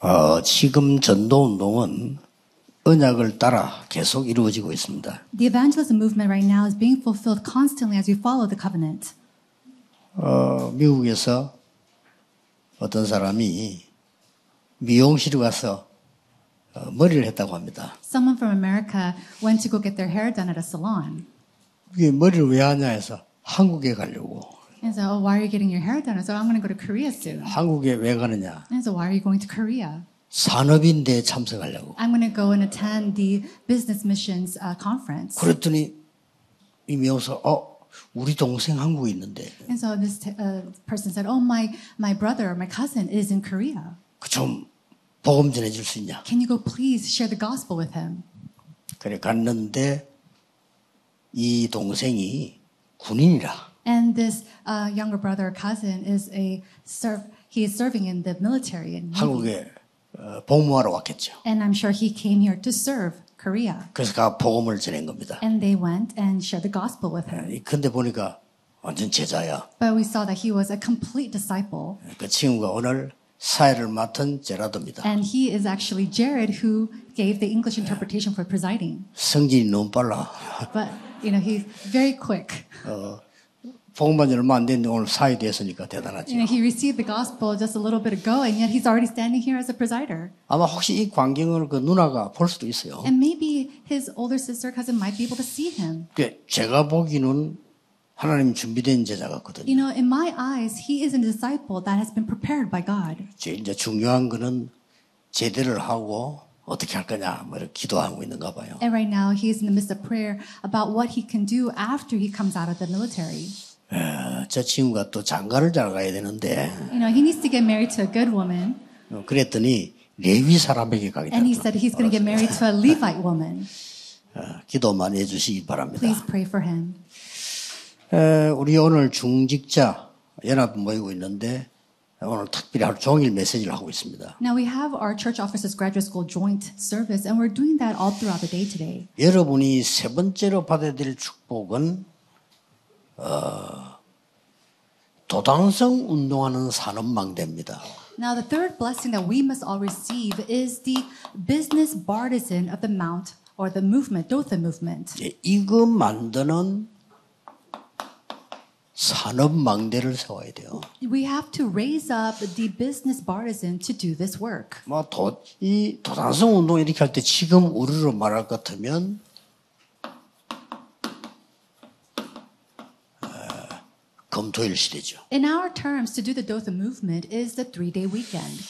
어, 지금 전도 운동은 언약을 따라 계속 이루어지고 있습니다. The evangelism movement right now is being fulfilled constantly as we follow the covenant. 어, 미국에서 어떤 사람이 미용실에 가서 어, 머리를 했다고 합니다. Someone from America went to go get their hair done at a salon 그게 머리를 왜 하냐 해서 한국에 가려고. and so, oh, why are you getting your hair done? I said, I'm going to go to Korea soon. 한국에 왜 가느냐? And so, why are you going to Korea? 산업인대에 참석하려고. I'm going to go and attend the business missions uh, conference. 그랬더니 이 미용사 어 우리 동생 한국에 있는데 And so this t- uh, person said, oh, my, my brother, my cousin is in Korea. 그 좀 복음 전해줄 수 있냐? Can you go please share the gospel with him? 그래 갔는데 이 동생이 군인이라 And this uh, younger brother or cousin is a serv- he is serving in the military in Navy. 한국에 어, 복무하러 왔겠죠. and I'm sure he came here to serve Korea. 그래서 가 복음을 전한 겁니다. And they went and shared the gospel with him. 근데 보니까 완전 제자야. But we saw that he was a complete disciple, 그 친구가 오늘 사회를 맡은 제라도입니다. and he is actually Jared who gave the English interpretation for presiding. 성질이 너무 빨라. But you know he's very quick. 복음만 지 얼마 안 됐는데 오늘 사회 됐으니까 You 대단하지. know he received the gospel just a little bit ago, and yet he's already standing here as a presider. 아마 혹시 이 광경을 그 누나가 볼 수도 있어요. And maybe his older sister cousin might be able to see him. 그 제가 보기는 하나님 준비된 제자 You 같거든요. know, in my eyes, he is a disciple that has been prepared by God. 제 이제 중요한 거는 제대를 하고 어떻게 할 거냐 뭐 이렇게 기도하고 있는가 봐요. And right now, he is in the midst of prayer about what he can do after he comes out of the military. 어, 저 친구가 또 장가를 잘 가야 되는데 You know, he needs to get married to a good woman. 어, 그랬더니 레위 사람에게 And he 가겠다. said he's going to get married to a Levite woman. 기도 많이 해주시기 Please 바랍니다. pray for him. 에, 우리 오늘 중직자 연합 모이고 있는데 오늘 특별히 하루 종일 메시지를 하고 있습니다. Now, we have our church officers graduate school joint service, and we're doing that all throughout the day today. 여러분이 세 번째로 받아야 될 축복은 어, 도당성 운동하는 산업망대입니다. Now, the third blessing that we must all receive is the business bartizan of the Mount or the movement, Dothan movement. 예, 이거 만드는 산업망대를 세워야 돼요. We have to raise up the business partisan to do this work. 뭐 도, 이 도단성 운동 이렇게 할 때 지금 우리로 말할 것 같으면 어, 검토일 시대죠. In our terms, to do the Dothan movement is the three day weekend.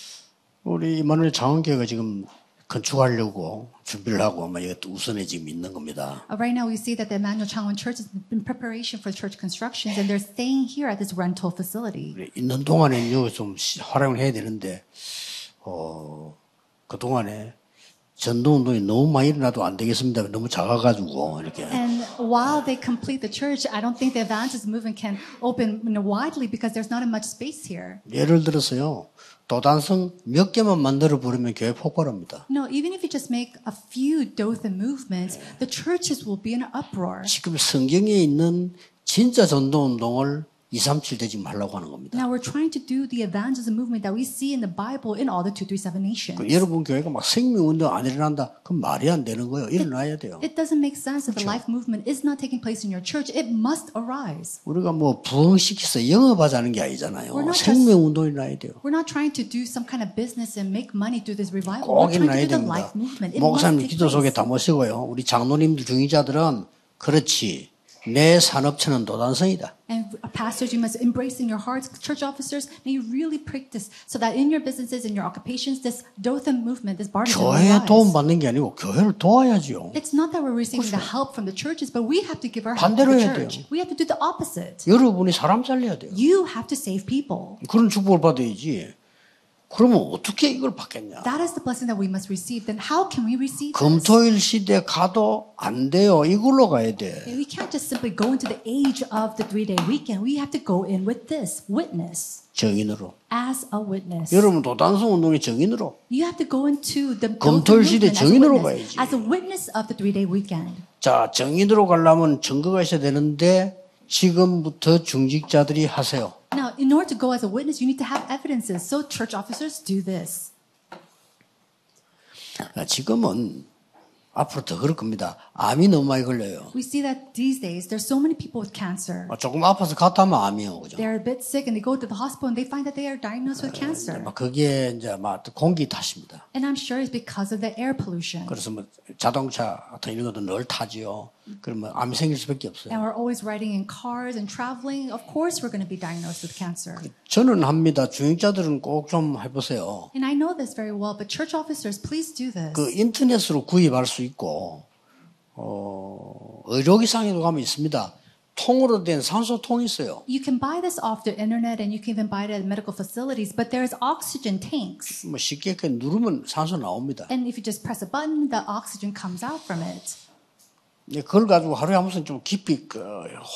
우리 이만월 장원교회가 지금 건축하려고 준비를 하고 아마 이것도 우선에 지금 있는 겁니다. Uh, Right now, we see that the Emmanuel Changwon Church is in preparation for church constructions, and they're staying here at this rental facility. 그래, 네, 있는 동안에는 요거 좀 시- 활용을 해야 되는데 어, 그 동안에 전도 운동이 너무 많이 일어나도 안 되겠습니다. 너무 작아가지고 이렇게 And while they complete the church, I don't think the evangelist movement can open you know, widely because there's not much space here. 예를 들어서요 도단성 몇 개만 만들어 부르면 교회 폭발합니다. No, even if you just make a few Dothan movements, the churches will be in an uproar. 지금 성경에 있는 진짜 전도 운동을 2, 3, 7대 지금 하려고 하는 겁니다. Now we're trying to do the evangelism movement that we see in the Bible in all the 그237 nations. 여러분 교회가 막 생명 운동 안 일어난다. 그건 말이 안 되는 거예요. 일어나야 돼요. It doesn't make sense if the life movement is not taking place in your church. It must arise. 우리가 뭐 부흥시켜서 영업하자는 게 아니잖아요. We're not 생명 운동이 나야 돼요. We're not trying to do some kind of business and make money through this revival. 꼭 We're 일어나야 trying to do the 됩니다. life movement. It must 목사님 take 기도 속에 place. 다 모시고요. 우리 장로님들 중위자들은 그렇지. 내 산업체는 도단성이다. And uh, pastors, you must embrace in your hearts. Church officers, may you really practice so that in your businesses and your occupations, this Dothan movement, this Bartizan will 교회 rise. 도움받는 게 아니고 교회를 도와야지요. It's not that we're receiving the help from the churches, but we have to give our help to 반대로 the 해야 돼요. church. We have to do the opposite. 여러분이 사람 살려야 돼요. You have to save people. 그런 축복을 받아야지. 그러면 어떻게 이걸 받겠냐? That is the blessing that we must receive. Then how can we receive this? 금토일 시대 가도 안 돼요. 이걸로 가야 돼. We can't just simply go into the age of the three day weekend. We have to go in with this witness, 정인으로. as a witness. 여러분 도단성 운동의 정인으로. You have to go into the 검토일 시대 movement as a 증인으로 witness, 가야지. as a witness of the three day weekend. 자, 정인으로 가려면 증거가 있어야 되는데 지금부터 중직자들이 하세요. Now, in order to go as a witness, you need to have evidences. So, church officers, do this. 아, 지금은 앞으로 더 그럴 겁니다. 암이 너무 많이 걸려요. We see that these days there's so many people with cancer. 아, 조금 아파서 갔다 하면 암이에요, 그죠? They're a bit sick and they go to the hospital and they find that they are diagnosed with cancer. 막 그게 아, 이제 막 공기 탓입니다. And I'm sure it's because of the air pollution. 그래서 뭐 자동차 같은 이런 것도 늘 타지요. 그러면 암이 생길 수밖에 없어요. And we're always riding in cars and traveling. Of course, we're going to be diagnosed with cancer. 저는 합니다. 중직자들은 꼭 좀 해보세요. And I know this very well, but church officers, please do this. 그 인터넷으로 구입할 수 있고 어, 의료기상에도 가면 있습니다. 통으로 된 산소통이 있어요. You can buy this off the internet and you can even buy it at medical facilities, but there's oxygen tanks. 뭐 쉽게 그냥 누르면 산소 나옵니다. And if you just press a button, the oxygen comes out from it. 근데 예, 그걸 가지고 하루에 한 번씩 좀 깊이 그,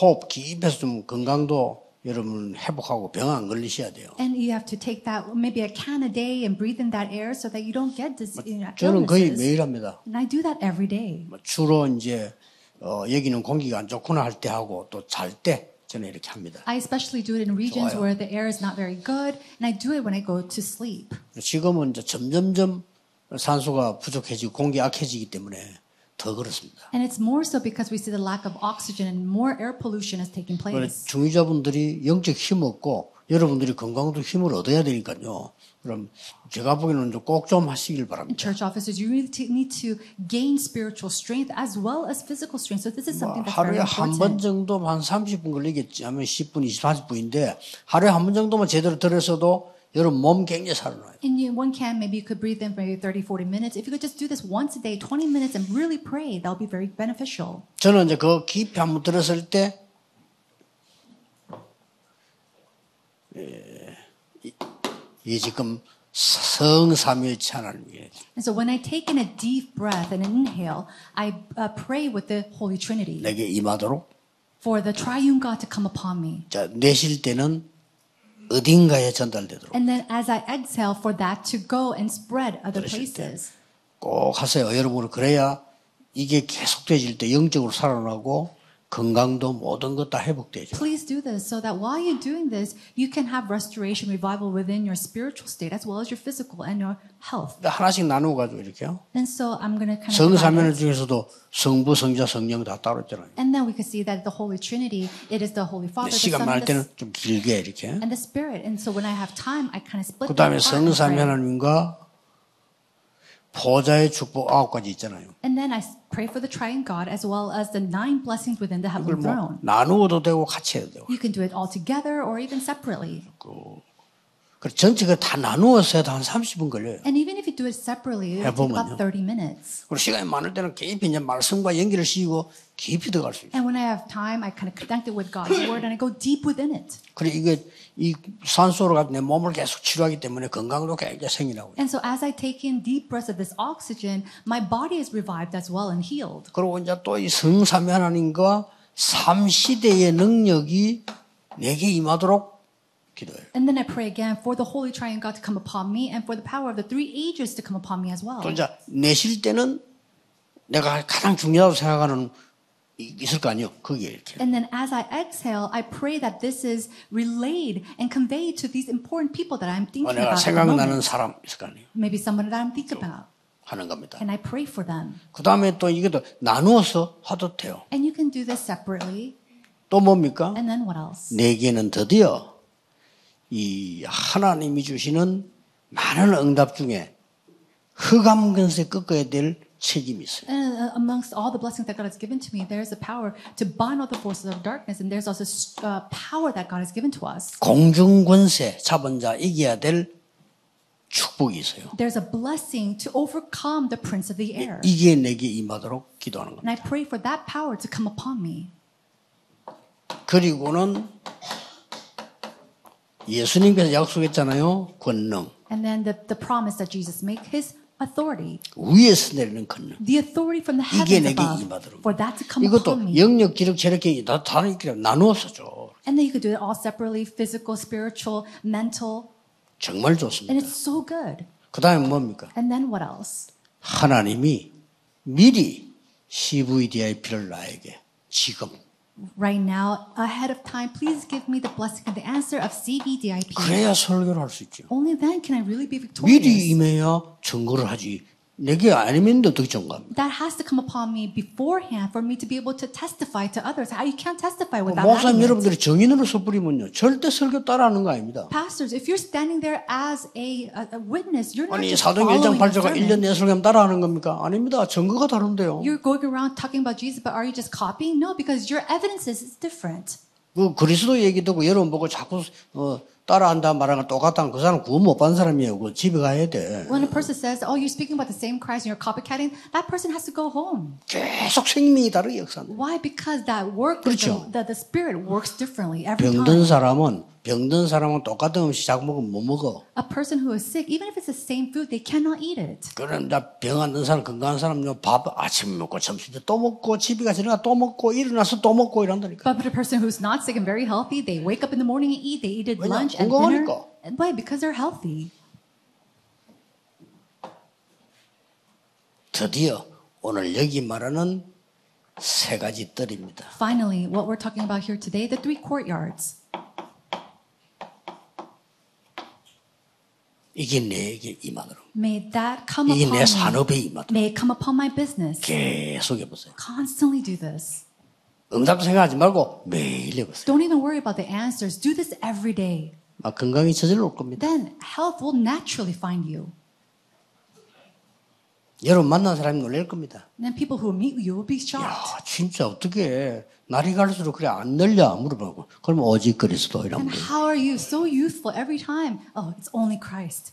호흡 깊이 해서 좀 건강도 여러분 회복하고 병 안 걸리셔야 돼요. And you have to take that maybe a can a day and breathe in that air so that you don't get this you know, 저는 거의 illnesses. 매일 합니다. And I do that every day. 뭐 주로 이제 어, 여기는 공기가 안 좋구나 할 때 하고 또 잘 때 저는 이렇게 합니다. I especially do it in regions 좋아요. where the air is not very good, and I do it when I go to sleep. 지금은 이제 점점점 산소가 부족해지고 공기 악해지기 때문에 더 그렇습니다. And it's more so because we see the lack of oxygen and more air pollution is taking place. 중위자분들이 영적 힘 얻고 여러분들이 건강도 힘을 얻어야 되니까요. 그럼 제가 보기에는 꼭 좀 하시길 바랍니다. Church officers, you really t- need to gain spiritual strength as well as physical strength. So this is something that's very 아, 하루에 한 번 important. 정도 한 30분 걸리겠지 하면 10분, 20, 40분인데 하루에 한 번 정도만 제대로 들어서도 여러분 몸 굉장히 살아나요. And you, one can, maybe you could breathe in for maybe 30, 40 minutes. If you could just do this once a day, 20 minutes, and really pray, that'll be very beneficial. 저는 이제 그 깊이 한번 들었을 때 예, 이- 이게 지금 성삼일체 하나님이에요. And so when I take in a deep breath and inhale, I uh, pray with the Holy Trinity 내게 임하도록 for the triune God to come upon me. 자, 내쉴 때는 어딘가에 전달되도록 And then as I exhale, for that to go and spread other Bless you, places. 꼭 하세요. 여러분은 그래야 이게 계속되질 때 영적으로 살아나고 건강도 모든 것 다 회복되죠. Please do this so that while you're doing this, you can have restoration, revival within your spiritual state as well as your physical and your health. 하나씩 나누어가지고 이렇게요. And so I'm going to kind of. divide 성삼일 it. 중에서도 성부, 성자, 성령 다 따로 있잖아요. And then we can see that the Holy Trinity, it is the Holy Father, the 시간 Son, 많을 and the, 때는 좀 길게 이렇게. and the Spirit. And so when I have time, I kind of split 그 다음에 that apart and 성삼위 pray. 하나님과 보좌의 축복 아홉 가지 있잖아요. And then I s- pray for the Triune God as well as the nine blessings within the 그걸 heavenly 뭐 throne. 나누어도 되고 같이 해도 되고. You can do it all together or even separately. 그 전체가 다 나누어서 해도 한 30분 걸려요. And even if you do it separately, it will take 해보면요. about 30 minutes. 그리고 시간이 많을 때는 깊이 이제 말씀과 연결을 시키고 깊이 들어갈 수 있어요. And when I have time, I kind of connect it with God's Word and I go deep within it. 그리고 이게 이 산소로 가지고 내 몸을 계속 치료하기 때문에 건강도 굉장히 생기라고. And so as I take in deep breaths of this oxygen, my body is revived as well and healed. 그리고 이제 또 이 성삼위 하나님과 삼시대의 능력이 내게 임하도록 기도해요. And then I pray again for the Holy Triune God to come upon me and for the power of the three ages to come upon me as well. 또 이제 내쉴 때는 내가 가장 중요하다고 생각하는 이- 있을 거 아니에요. 그게 이렇게. And then as I exhale, I pray that this is relayed and conveyed to these important people that I'm 뭐 thinking 내가 about. At the moment. 생각나는 사람 있을 거 아니에요. Maybe someone that I'm thinking about. 하는 겁니다. And I pray for them. 그 다음에 또 이게 또 나누어서 하도 돼요. And you can do this separately. 또 뭡니까? And then what else? 내게는 드디어 이 하나님이 주시는 많은 응답 중에 흑암 근세 꺾어야 될 책임이 있어요. And uh, amongst all the blessings that God has given to me, there's a power to bind all the forces of darkness, and there's also uh, power that God has given to us. 공중 권세 자본자 이겨야 될 축복이 있어요. There's a blessing to overcome the prince of the air. 이게 내게 임하도록 기도하는 겁니다. And I pray for that power to come upon me. 그리고는 예수님께서 약속했잖아요. 권능. And then the, the promise that Jesus made, his authority, 위에서 내리는 권능. the authority from the 이게 heavens 내게 above, 임하도록. for that to come upon 이것도 me. 영역, 기록, 체력이 다 다른 있기라 나누어서 줘. And then you could do it all separately physical, spiritual, mental. 정말 And 좋습니다. it's so good. 그 다음에 뭡니까? And then what else? 하나님이 미리 CVDIP를 나에게 지금 Right now, ahead of time, please give me the blessing and the answer of CBDIP. 그래야 설교를 할 수 있죠. Only then can I really be 미리 victorious. 임해야 증거를 하지 내게 아니면 어떻게 정감? That has to come upon me beforehand for me to be able to testify to others. How you can't testify 목사님 without having it. 여러분들이 정인으로서 뿌리면요 절대 설교 따라하는 거 아닙니다. Pastors, if you're standing there as a, a, a witness, you're not 아니 just 사도행 그렇죠. 1장 following 8절가 a 1년 sermon. 내 설교하면 따라하는 겁니까? 아닙니다. 증거가 다른데요. You're going around talking about Jesus, but are you just copying? No, because your evidences is different. 그 그리스도 얘기 듣고 여러분 보고 자꾸 어, 따라한다 말하는 건 똑같다는 그 사람 구원 못 받은 사람이에요. 그 집에 가야 돼. When a person says, "Oh, you're speaking about the same Christ and you're copycatting," that person has to go home. 계속 생명이 다르게 역사는. Why? Because that work, 그렇죠. the, the, the spirit works differently every time. 병든 사람은 병든 사람은 똑같은 음식 자꾸 먹으면 못 먹어. A person who is sick, even if it's the same food, they cannot eat it. 그런데 병 안 든 사람 건강한 사람은요 밥 아침 먹고 점심 때 또 먹고 집에 가서 일어나 또 먹고 일어나서 또 먹고 이런다니까. But a person who's not sick and very healthy, they wake up in the morning and eat. They eat at 왜냐? lunch and dinner. 건강하니까. Why? Because they're healthy. 드디어 오늘 여기 말하는 세 가지 뜰입니다. Finally, what we're talking about here today, the three courtyards. 이게 내게 임하도록. May that come 이게 내 upon me. 산업에 임하도록. May it come upon my business. 계속 해보세요. Constantly do this. 응답 생각하지 말고 매일 해보세요. Don't even worry about the answers. Do this every day. 막 건강이 저절로 올 겁니다. Then health will naturally find you. 여러분 만난 사람이 놀랄 겁니다. And then people who meet you will be 야, shocked. 진짜 어떻게 날이 갈수록 그래 안 늘려 물어보고 그럼 오직 그리스도 이러면 And 돼. how are you so youthful every time? Oh, it's only Christ.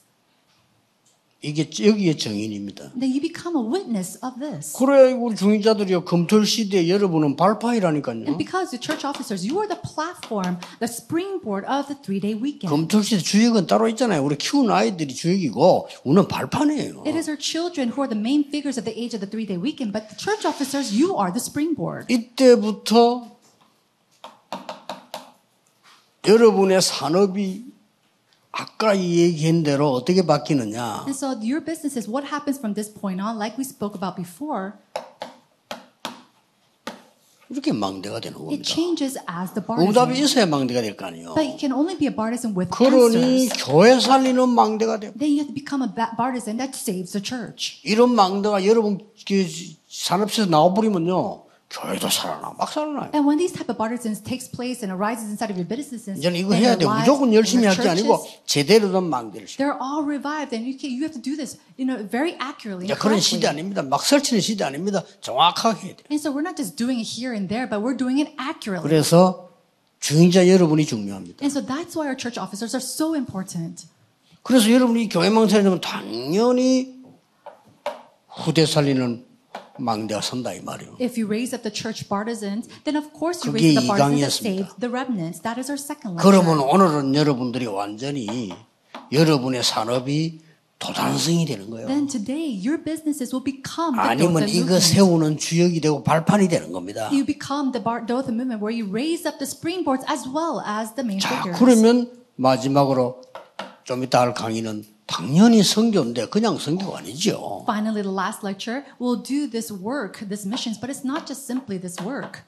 이게 여기에 정인입니다. And then you become a witness of this. 그래 우리 중인자들이요 검토 시대에 여러분은 And 발파이라니까요. because the church officers, you are the platform, the springboard of the three day weekend. 검토 시대 주역은 따로 있잖아요. 우리 키우는 아이들이 주역이고 우리는 발판이에요. It is our children who are the main figures of the age of the three day weekend, but the church officers, you are the springboard. 이때부터 여러분의 산업이 아까 얘기한 대로 어떻게 바뀌느냐? And so your business is what happens from this point on, like we spoke about before, 이렇게 망대가 되는 it 겁니다. changes as the 응답이 bartizan. 있어야 망대가 될 거 아니에요. But you can only be a bartizan with 그러니 answers. 교회 살리는 망대가 되고 Then you have to become a ba- bartizan that saves the church. 이런 망대가 여러분 그 산업에서 나와버리면요 교회도 살아나 막 살아나요. And when these type of bartizans takes place and arises inside of your businesses, 이제는 이거 then 해야 your 돼. lives 무조건 and 열심히 할 your 게 아니고 churches, 제대로 된 망대를 씌워. they're all revived and you can, you have to do this you know very accurately 이제 and 그런 시대 correctly. 아닙니다. 막 설치는 시대 아닙니다. 정확하게 해야 돼. and so we're not just doing it here and there but we're doing it accurately 그래서 중임자 여러분이 중요합니다. and so that's why our church officers are so important 그래서 여러분이 교회 망설이면 당연히 후대 살리는 망대가 선다 이 말이에요. if you raise up the church partisans then of course you 그게 raise up the 이 partisans that 강의였습니다. save the remnants that is our second 그러면 lecture 오늘은 여러분들이 완전히 여러분의 산업이 도단성이 되는 거예요. then today your businesses will become the 아니면 Dothan 이거 movement 세우는 주역이 되고 음. 발판이 되는 겁니다. you become the Bar- Dothan movement where you raise up the springboards as well as the main 자, figures 그러면 마지막으로 좀 이따 할 강의는 당연히 성교인데 그냥 성교가 아니죠. Finally, the last lecture will do this work, this missions, but it's not just simply this work.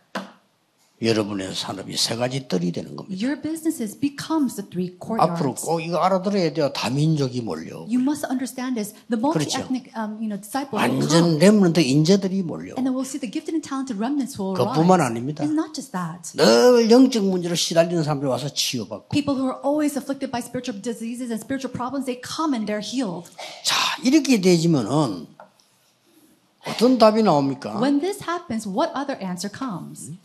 여러분의 산업이 세 가지 뜰이 되는 겁니다. Your businesses becomes the three courtyards. 앞으로 꼭 이거 알아들어야 돼요. 아, 다민족이 몰려. You must understand this. The multi-ethnic, um, you know, disciples will come, 완전 렘런트 인재들이 몰려. and then we'll see the gifted and talented remnants will arise. 그뿐만 아닙니다. And not just that. 늘 영적 문제로 시달리는 사람들이 와서 치유받고. People who are always afflicted by spiritual diseases and spiritual problems, they come and they're healed. 자, 이렇게 되지면은 어떤 답이 나옵니까? When this happens, what other answer comes?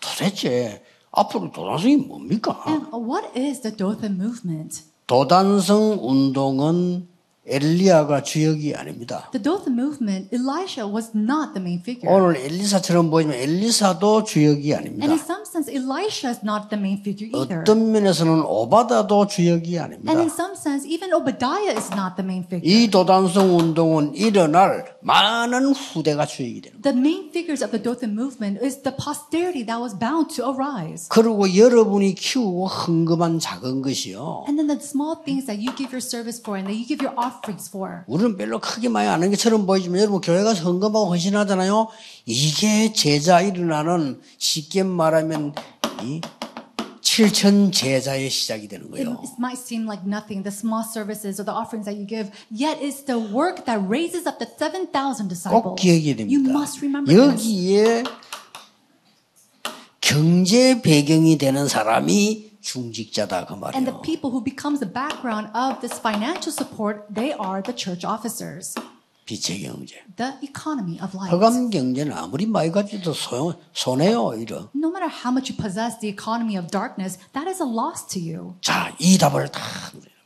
도대체 앞으로 도단성이 뭡니까? And what is the Dothan movement? 도단성 운동은 엘리야가 주역이 아닙니다. The Dothan movement, Elisha was not the main figure. 오늘 엘리사처럼 보이지만 엘리사도 주역이 아닙니다. And in some sense, Elisha is not the main figure either. 어떤 면에서는 오바다도 주역이 And in 아닙니다. some sense, even Obadiah is not the main figure. 이 도단성 운동은 일어날 많은 후대가 주역이 되는 거예요. The main figures of the Dothan movement is the posterity that was bound to arise. 그리고 여러분이 키우고 헌금한 작은 것이요. And then the small things that you give your service for and that you give your offerings for. 우리는 별로 크게 많이 아는 것처럼 보이지만 여러분 교회 가서 헌금하고 헌신하잖아요. 이게 제자 일어나는 쉽게 말하면 이 실천 제자의 시작이 되는 It, 거예요. it might seem like nothing, the small services or the offerings that you give, yet it's the work that raises up the 7,000 꼭 disciples. 기억해야 You 됩니다. must remember this. 여기에 경제 배경이 되는 사람이 중직자다 그 And the 말이에요. people who becomes the background of this financial support, they are the church officers. 빛의 경제. The economy of life. 허감 경제는 아무리 많이 가져도 소용, 손해요 오히려. No matter how much you possess the economy of darkness, that is a loss to you. 자, 이 답을 다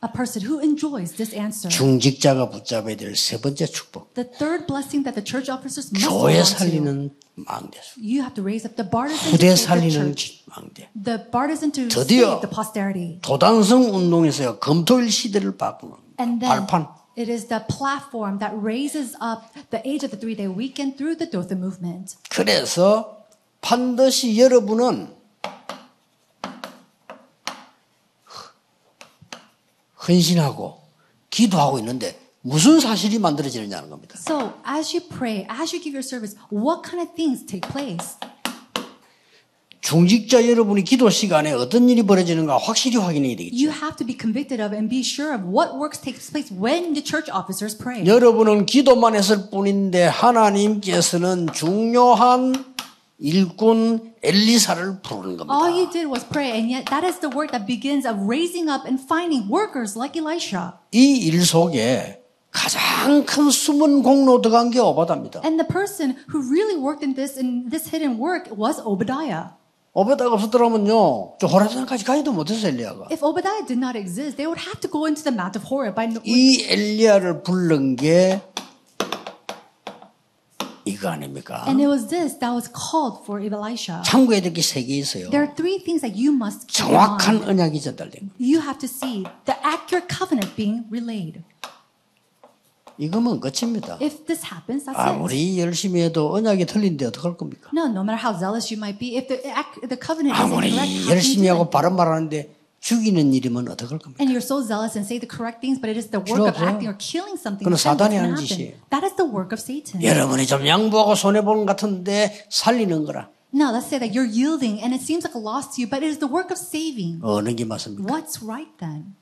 A person who enjoys this answer. 중직자가 붙잡아야 될 세 번째 축복. The third blessing that the church officers must hold 교회 on to. 살리는 망대수. You have to raise up the bartizan 후대 to save the 살리는 church. 망대. The bartizan to 드디어 save the posterity. 도당성 운동에서요 검토일 시대를 바꾸는 And then 발판. it is the platform that raises up the age of the three-day weekend through the Dothan movement. 그래서 반드시 여러분은 헌신하고 기도하고 있는데 무슨 사실이 만들어지느냐는 겁니다. So as you pray, as you give your service, what kind of things take place? 중직자 여러분이 기도 시간에 어떤 일이 벌어지는가 확실히 확인해야 되겠죠. You have to be convicted of and be sure of what works takes place when the church officers pray. 여러분은 기도만 했을 뿐인데 하나님께서는 중요한 일꾼 엘리사를 부르는 겁니다. All you did was pray, and yet that is the work that begins of raising up and finding workers like Elisha. 이 일 속에 가장 큰 숨은 공로 들어간 게 오바다입니다. And the person who really worked in this in this hidden work was Obadiah. 오바다가 없었더라면요, 저 호라산까지 가지도 못했어 엘리야가. If Obadiah did not exist, they would have to go into the Mount of Horeb by no- 이 엘리야를 부른 게 이거 아닙니까? and it was this that was called for Elisha. 참고해야 될 게 세 개 있어요. There are three things that you must keep in mind. 정확한 언약이 전달된 거. You have to see the accurate covenant being relayed. 이거면 끝입니다. If this happens, that's it. 아무리 열심히 해도 언약이 틀린데 어떡할 겁니까? No, no matter how zealous you might be, if the ac- the covenant is incorrect, how 아무리 can you do 열심히 that? 하고 바른 말하는데 죽이는 일이면 어떡할 겁니까? And you're so zealous and say the correct things, but it is the work 필요 of 없어요. acting or killing something. 그건 then what's 사단이 하는 gonna happen? 짓이에요. That is the work of Satan. 여러분이 좀 양보하고 손해 보는 것 같은데 살리는 거라 Now let's say that you're yielding and it seems like a loss to you, but it is the work of saving. 어느 게 맞습니까? What's right then?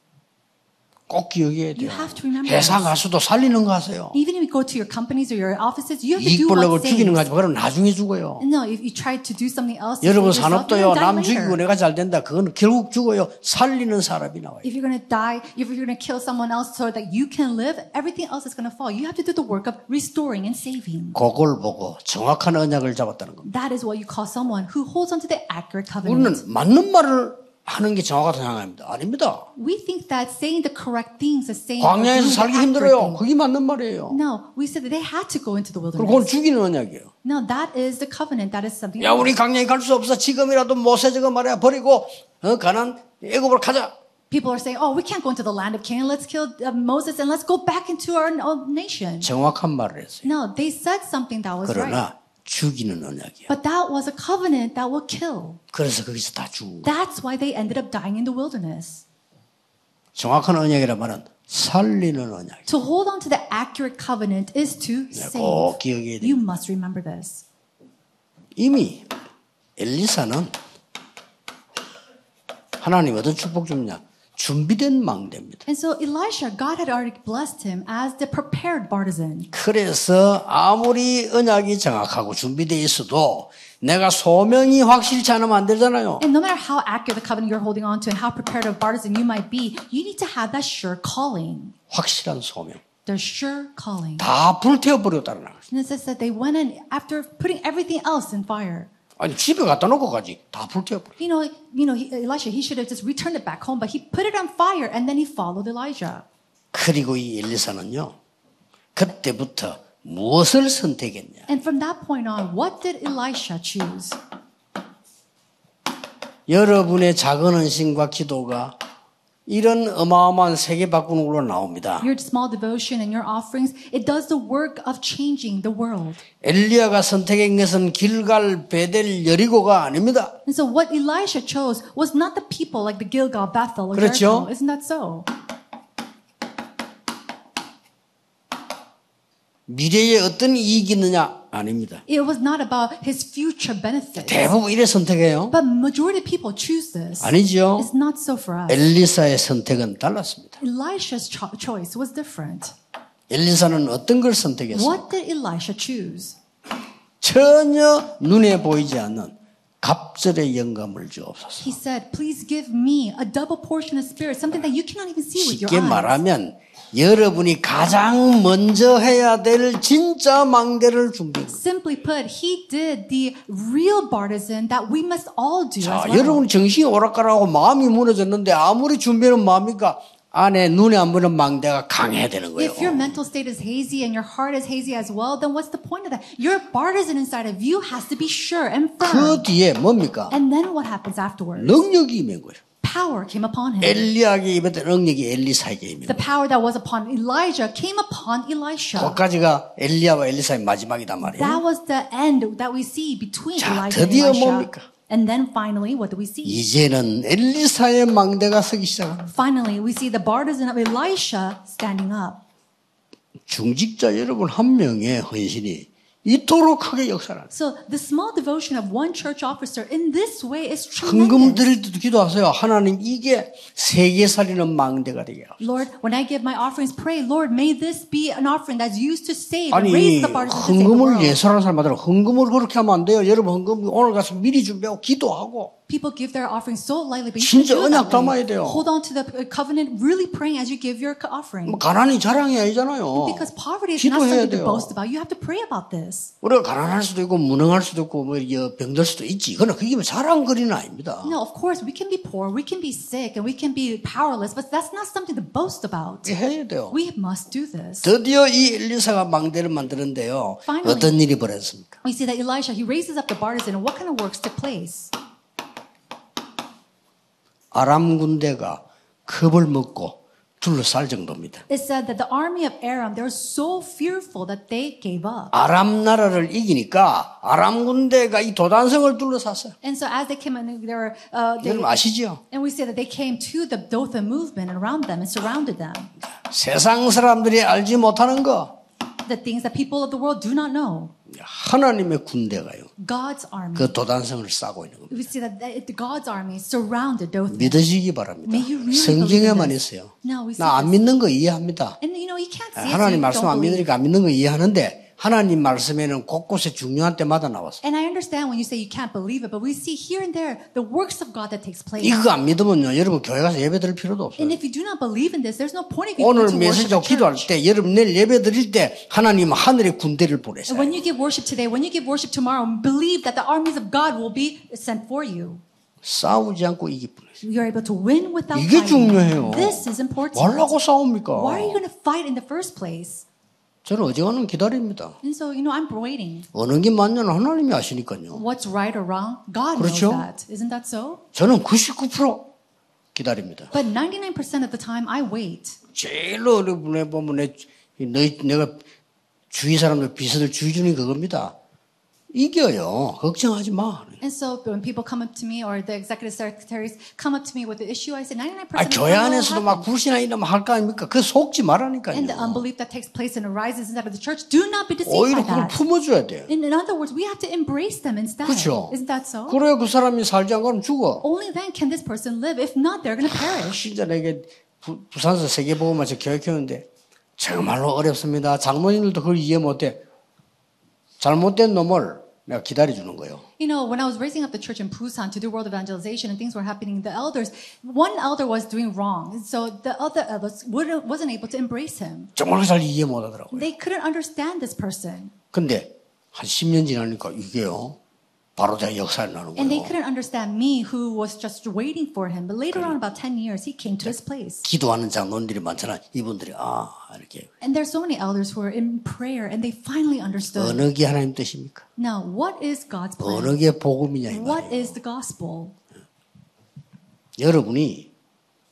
꼭 기억해야 돼요. have to remember 회사 this. 가수도 살리는 거 하세요. Even if you go to your companies or your offices, you have to 이익 do 보려고 what's 죽이는 거 saved. 하지 말고 나중에 죽어요. No, if you try to do something else, to 여러분 save yourself, 산업도요 you're gonna die 남 죽이고 later. 내가 잘 된다 그건 결국 죽어요. 살리는 사람이 나와요. If you're going to die, if you're going to kill someone else so that you can live, everything else is going to fall. You have to do the work of restoring and saving. 그걸 보고 정확한 언약을 잡았다는 겁니다. That is what you call someone who holds onto the accurate covenant. 우리는 맞는 말을 하는 게 정확하다 생각합니다. 아닙니다. We think that saying the correct things is saying 광야에서 doing the 살기 accurate 힘들어요. thing. 그게 맞는 말이에요. No, we said that they had to go into the 그리고 그건 wilderness. 죽이는 언약이에요. No, that is the covenant. That is something. 야 우리 강량에 갈 수 없어. 지금이라도 모세 저거 말이야 버리고 어, 가난 애굽으로 가자. People are saying, "Oh, we can't go into the land of Canaan. Let's kill uh, Moses and let's go back into our own nation." 정확한 말을 했어요. No, they said something that was right, 그러나 죽이는 언약이에요. but that was a covenant that will kill. 그래서 거기서 다 죽은 거예요. That's why they ended up dying in the wilderness. 정확한 언약이란 말은 살리는 언약이에요. To hold on to the accurate covenant is to 꼭 save. 기억해야 돼요. You must remember this. 이미 엘리사는 하나님 어떤 축복 줍냐? 준비된 망대입니다. And so Elisha, God had already blessed him as the prepared partisan. 그래서 아무리 언약이 정확하고 준비되어 있어도 내가 소명이 확실치 않으면 안 되잖아요. And no matter how accurate the covenant you're holding on to and how prepared of partisan you might be, you need to have that sure calling. 확실한 소명. The sure calling. 다 불태워버렸다는 거예요. And it says that they went in after putting everything else in fire. 아니 집에 갖다 놓고 가지. 다 불태워버려. You know, you know, he, Elisha, he should have just returned it back home, but he put it on fire and then he followed Elijah. 그리고 이 엘리사는요. 그때부터 무엇을 선택했냐? And from that point on, what did Elisha choose? 여러분의 작은 헌신과 기도가 이런 어마어마한 세계 바꾸는 걸로 나옵니다. Your small devotion and your offerings, it does the work of changing the world. 엘리야가 선택한 것은 길갈 베델 여리고가 아닙니다. And so what Elisha chose was not the people like the Gilgal, Bethel, or 그렇죠. Jericho. Isn't that so? 미래에 어떤 이익이 있느냐? 아닙니다. It was not about his future benefits. 대부분 이래 선택해요. But majority of people choose this. 아니죠. It's not so for us. 엘리사의 선택은 달랐습니다. Elisha's cho- choice was different. 엘리사는 어떤 걸 선택했어요? What did Elisha choose? 전혀 눈에 보이지 않는 갑절의 영감을 주옵소서. He said, Please give me a double portion of spirit, something that you cannot even see with your 쉽게 eyes. 말하면 여러분이 가장 먼저 해야 될 진짜 망대를 준비합니다. Simply put, he did the real partisan that we must all do 자, as well. 여러분 정신이 오락가락하고 마음이 무너졌는데 아무리 준비는 마음이니까 안에 눈에 안 보이는 망대가 강해야 되는 거예요. If your mental state is hazy and your heart is hazy as well, then what's the point of that? Your partisan inside of you has to be sure and firm. 그 뒤에 뭡니까? And then what happens afterwards? 능력이 임한 거예요. Power came upon him. 엘리야에게 임했던 능력이 엘리사에게 임한 The 거예요. power that was upon Elijah came upon Oh, Elisha. 거기까지가 엘리야와 엘리사의 마지막이단 말이에요. That was the end that we see between 자, Elijah and 드디어 Elisha. 뭡니까? And then finally, what do we see? 이제는 엘리사의 망대가 서기 시작합니다. Finally, we see the partisan of Elisha standing up. 중직자 여러분 한 명의 헌신이 이토록 크게 역사를 합니다. So the small devotion of one church officer in this way is 헌금 tremendous. 드릴 때도 기도하세요. 하나님 이게 세계 살리는 망대가 되게 하라. Lord, when I give my offerings, pray, Lord, may this be an offering that's used to save and 아니 raise the partisans to save the 헌금을 world. 예술하는 사람마다 헌금을 그렇게 하면 안 돼요. 여러분 헌금 오늘 가서 미리 준비하고 기도하고 People give their offerings so lightly, but you should 진짜 do it 언약 that 담아야 way. 돼요. Hold on to the uh, covenant, really praying as you give your offering. 뭐 가난이 자랑이 아니잖아요. Because poverty is not 기도해야 something to 돼요. boast about. You have to pray about this. 우리가 가난할 수도 있고 무능할 수도 있고 뭐 이게 병들 수도 있지. 이거는 그게 뭐 자랑거리는 아닙니다. No, of course, we can be poor, we can be sick, and we can be powerless, but that's not something to boast about. 이게 해야 돼요. We must do this. 드디어 이 엘리사가 망대를 만드는데요. Finally. 어떤 일이 벌어졌습니까? We see that Elisha, he raises up the partisan, and what kind of works took place? 아람 군대가 컵을 먹고 둘러쌀 정도입니다. It said that the army of Aram, they were so fearful that they gave up. 아람 나라를 이기니까 아람 군대가 이 도단성을 둘러쌌어요. And so as they came in, they were, uh, they, 여러분 아시죠? and we see that they came to the Dothan movement and around them and surrounded them. 세상 사람들이 알지 못하는 거 The things that people of the world do not know. 하나님의 군대가요. God's army. 그 도단성을 싸고 있는 겁니다. We see that the- God's army surrounded Dothan. 믿으시기 May you 바랍니다. really 성경에만 believe 있어요. No, we see 나 안 this. 믿는 거 이해합니다. And you know, you can't see it. so 하나님 you 말씀 don't 안 believe. 믿으니까 안 믿는 거 이해하는데 하나님 말씀에는 곳곳에 중요한 때마다 나왔어요. And I understand when you say you can't believe it, but we see here and there the works of God that takes place. 이거 안 믿으면요, 여러분 교회 가서 예배 드릴 필요도 없어요. And if you do not believe in this, there's no point of you 오늘 going to worship 메시지하고 at 기도할 church. 때, 여러분 내일 예배 드릴 때 하나님 하늘의 군대를 And 보내세요. when you give worship today, when you give worship tomorrow, believe that the armies of God will be sent for you. 싸우지 않고 이기 뿐이에요. You're able to win without 이게 fighting. 중요해요. This is important. 뭐하려고 싸웁니까? Why are you going to fight in the first place? 저는 어지간하면 기다립니다. And so, you know, I'm waiting. 어느 게 맞냐는 하나님이 아시니까요. What's right or wrong? God 그렇죠. knows that. Isn't that so? 저는 99% 기다립니다. But 99% of the time, I wait. 제일 어려운 보면 내, 너희, 내가 주위 사람들 비서들 주의 주는 게 그겁니다. 이겨요. 걱정하지 마. And so when people come up to me or the executive secretaries come up to me with the issue, I say 99% of the 아, time. 교회 it will 안에서도 막 happen. 불신앙 이나 할거 아닙니까? 그 속지 말라니까요. And um, the unbelief that takes place and arises inside of the church, do not be deceived by 오히려 그걸 that. 품어줘야 돼요. In, in other words, we have to embrace them instead. 그렇죠? Isn't that so? 그래야 그 사람이 살지 않고 하면 죽어. Only then can this person live. If not, they're going to perish. 진짜 내게 부, 부산에서 세계보험에서 교육했는데 정말로 어렵습니다. 장모님들도 그걸 이해 못해. 잘못된 놈을 내가 기다려주는 거예요. You know, when I was raising up the church in Busan to do world evangelization and things were happening, the elders, one elder was doing wrong. And so the other elders wouldn't, wasn't able to embrace him. 정말 잘 이해 못하더라고요. They couldn't understand this person. 근데 한 10년 지나니까 이게요. 바로 제가 역사를 나는 And they 거예요. couldn't understand me, who was just waiting for him. But later on, about 10 years, he came to his place. 기도하는 장로님들이 많잖아. 이분들이 아 이렇게 And there's so many elders who are in prayer, and they finally understood. 어느 게 하나님 뜻입니까? Now, what is God's plan? 어느 게 복음이냐 이 네. What 말이에요. is the gospel? 여러분이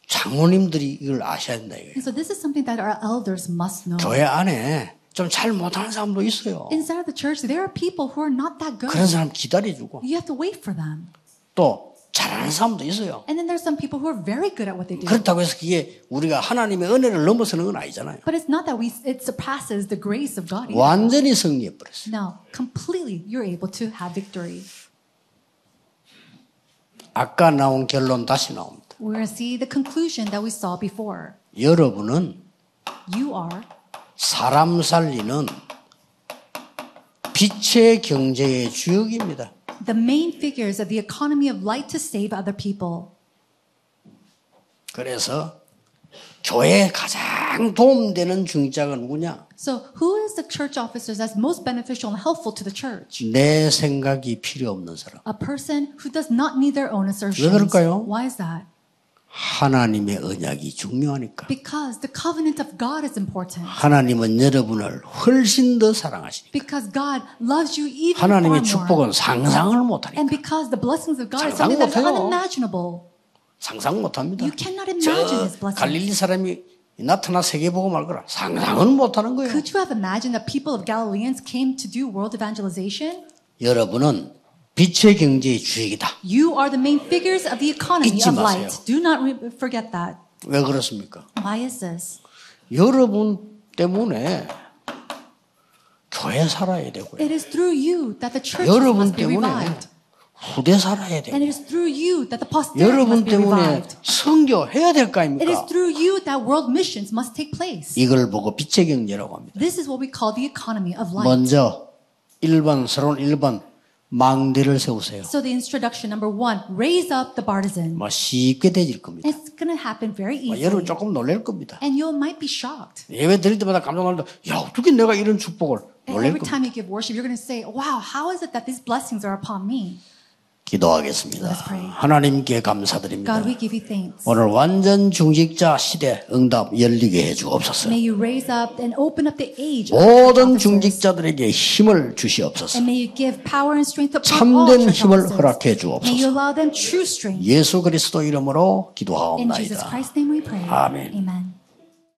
장로님들이 이걸 아셔야 된다 이거예요. And so this is something that our elders must know. 교회 안에 좀 잘 못하는 사람도 있어요. Inside of the church, there are people who are not that 그런 good. 사람 기다려주고 You have to wait for them. 또 잘하는 사람도 있어요. And then there's some people who are very good at what they do. 그렇다고 해서 그게 우리가 하나님의 은혜를 넘어서는 건 아니잖아요. But it's not that we it surpasses the grace of God. either. 완전히 승리해 버렸어요. No, completely you're able to have victory. 아까 나온 결론 다시 나옵니다. We're going to see the conclusion that we saw before. 여러분은 You are 사람 살리는 빛의 경제의 주역입니다. the main figures of the economy of light to save other people. 그래서 교회에 가장 도움되는 중장은 누구냐? So, who is the church officers that's most beneficial and helpful to the church? 내 생각이 필요 없는 사람. A person who does not need their own assertions. 그럴까요? Why is that? 하나님의 언약이 중요하니까. Because the covenant of God is important. 하나님은 여러분을 훨씬 더 사랑하시니까. Because God loves you even far 하나님의 more. 축복은 상상을 못하니까. 그 And because the blessings of God is 상상 something that's 못해요. unimaginable. 상상 못합니다. You cannot imagine his 저 blessing. 갈릴리 사람이 나타나 세계 보고 말거라. 상상은 못하는 거예요. Could you have imagined that people of Galileans came to do world evangelization? 여러분은 빛의 경제의 주역이다. You are the main figures of the economy 잊지 of 마세요. light. Do not re- forget that. 왜 그렇습니까? Why is this? 여러분 때문에 교회 살아야 되고요. It is through you that the church 여러분 must be 때문에 revived. 후대 살아야 And 되고 it is through you that the posterity 여러분 must be 때문에 revived. 선교해야 될 거 It is 아닙니까? through you that world missions must take place. 이걸 보고 빛의 경제라고 합니다. This is what we call the economy of light. 먼저 1번, 서론 1번 망대를 세우세요. So the introduction number one, raise up the partisan. 뭐 쉽게 되질 겁니다. It's gonna happen very 뭐 여러분 easily. 조금 놀랄 겁니다. And you might be shocked. 예배 드릴 때마다 깜짝 놀라. 야 어떻게 내가 이런 축복을 And 놀랄 네, every 겁니다. time you give worship, you're gonna say, Wow, how is it that these blessings are upon me? 기도하겠습니다. Let's pray. 하나님께 감사드립니다. God, we give you thanks. 오늘 완전 중직자 시대 응답 열리게 해주옵소서. May you raise up and open up the age of church 모든 officers. 중직자들에게 힘을 주시옵소서. And may you give power and strength upon all 참된 church 힘을 officers. 허락해 May you 주옵소서. allow them true strength. 예수 그리스도 이름으로 In Jesus 기도하옵나이다. Christ's name we pray. 아멘.